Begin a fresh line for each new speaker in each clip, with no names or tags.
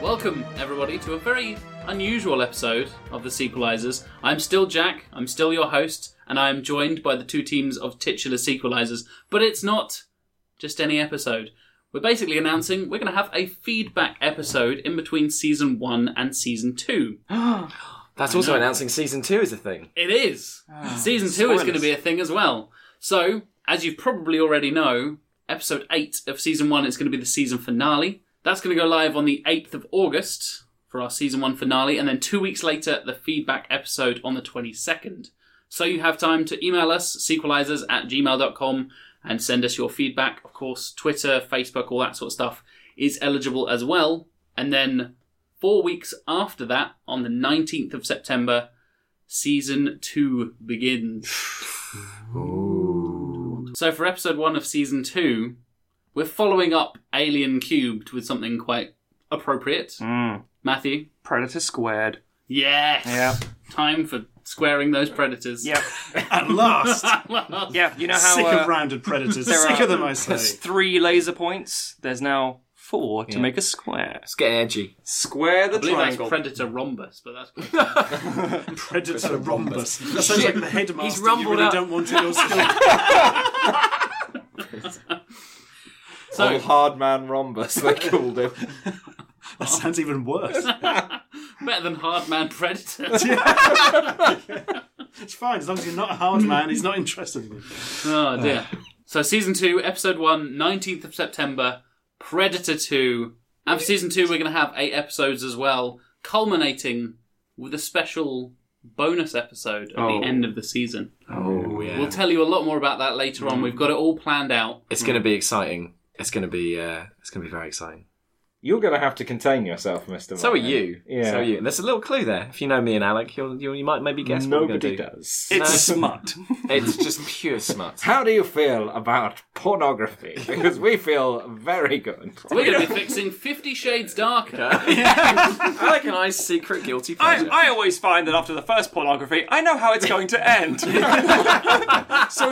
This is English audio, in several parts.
Welcome, everybody, to a very unusual episode of the Sequelizers. I'm still Jack, I'm still your host, and I am joined by the two teams of titular sequelizers. But it's not just any episode. We're basically announcing we're going to have a feedback episode in between season one and season two.
That's
I
also
know.
announcing season two is a thing.
It is. Season two is
Spoilers.
going to be a thing as well. So, as you probably already know, episode eight of season one is going to be the season finale. That's going to go live on the 8th of August for our season one finale, and then two weeks later, the feedback episode on the 22nd. So, you have time to email us, sequelizers at gmail.com, and send us your feedback. Of course, Twitter, Facebook, all that sort of stuff is eligible as well. And then four weeks after that, on the 19th of September, season two begins. So for episode one of season two, we're following up Alien Cubed with something quite appropriate. Matthew?
Predator squared.
Yes.
Yeah.
Time for squaring those predators.
Yep.
At last!
Yeah. You know how
Sick
uh,
of rounded predators.
there
Sick
are-
of them, I
there's
say.
three laser points. There's now four to
Yeah.
make a square.
It's getting edgy.
Square the
I believe that's Predator Rhombus, but that's
Predator rhombus. That sounds like the headmaster
He's rumbled
you really
up.
don't want in your school.
so.
hard man rhombus, they called him.
that sounds even worse.
Better than Hard Man Predator.
It's fine, as long as you're not a hard man, he's not interested in you.
Oh dear. so season two, episode one, 19th of September, Predator two. And for season two, we're going to have eight episodes as well, culminating with a special bonus episode at
Oh.
the end of the season.
Oh, yeah.
We'll tell you a lot more about that later on. We've got it all planned out.
it's going to be exciting. It's going to be, uh, it's going to be very exciting.
You're going to have to contain yourself, Mister.
So are you.
Yeah.
So are you. And there's a little clue there. If you know me and Alec, you'll, you'll, you might maybe guess what we're
Nobody
going to do.
does.
It's smut.
It's just pure smut.
How do you feel about pornography? Because we feel very good.
We're going to be fixing Fifty Shades Darker.
Alec and I's secret guilty
I,
pleasure.
I always find that after the first pornography, I know how it's going to end. so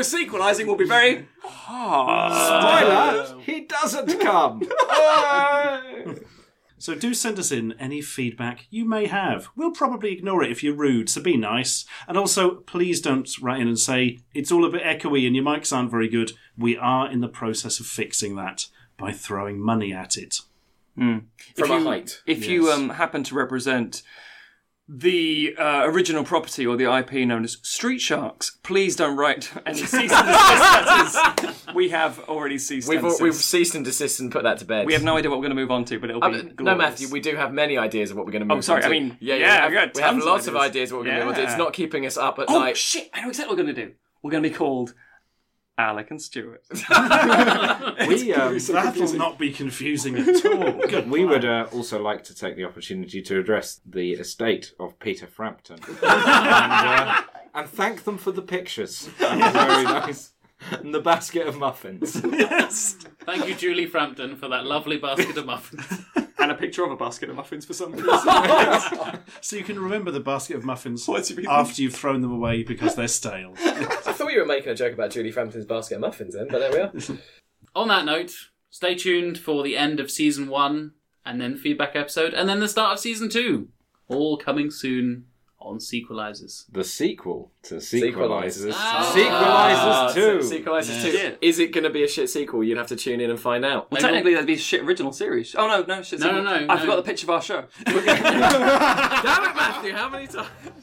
sequelizing will be very hard.
Spoiler: He doesn't come.
So do send us in any feedback you may have. We'll probably ignore it if you're rude, so be nice. And also, please don't write in and say, it's all a bit echoey and your mics aren't very good. We are in the process of fixing that by throwing money at it.
From a height. If you um, happen to represent the uh, original property or the IP known as Street Sharks, please don't write any cease and desist letters. We have already ceased.
We've,
and
al- we've
desist.
ceased and desist and put that to bed.
We have no idea what we're going to move on to, but it'll be
Uh, no,
glorious.
Matthew, we do have many ideas of what we're going to move
Oh, sorry,
on to.
I mean,
yeah,
yeah,
we
we
have,
got
we have
tons of
lots of
ideas.
ideas of what we're going to move on to. It's
Yeah.
not keeping us up at
Oh
night.
shit! I know exactly what we're going to do. We're going to be called Alec and Stuart.
we um,
That will not be confusing at all. Good.
we would uh, also like to take the opportunity to address the estate of Peter Frampton and, uh, and thank them for the pictures. That was very nice. And the basket of muffins.
Yes.
Thank you, Julie Frampton, for that lovely basket of muffins.
and a picture of a basket of muffins for some reason.
So you can remember the basket of muffins
What's he been-
after you've thrown them away because they're stale.
I thought you were making a joke about Julie Frampton's basket of muffins then, but there we are.
On that note, stay tuned for the end of season one, and then feedback episode, and then the start of season two. All coming soon on Sequelizers.
The sequel to Sequelizers.
Ah,
Sequelizers 2.
Se- Sequelizers 2.
Yeah.
Is it going to be a shit sequel? You'd have to tune in and find out.
Well, technically, that'd be a shit original series. Oh no, no, shit.
No, no, no,
I
no.
forgot the pitch of our show.
Damn it, Matthew, how many times?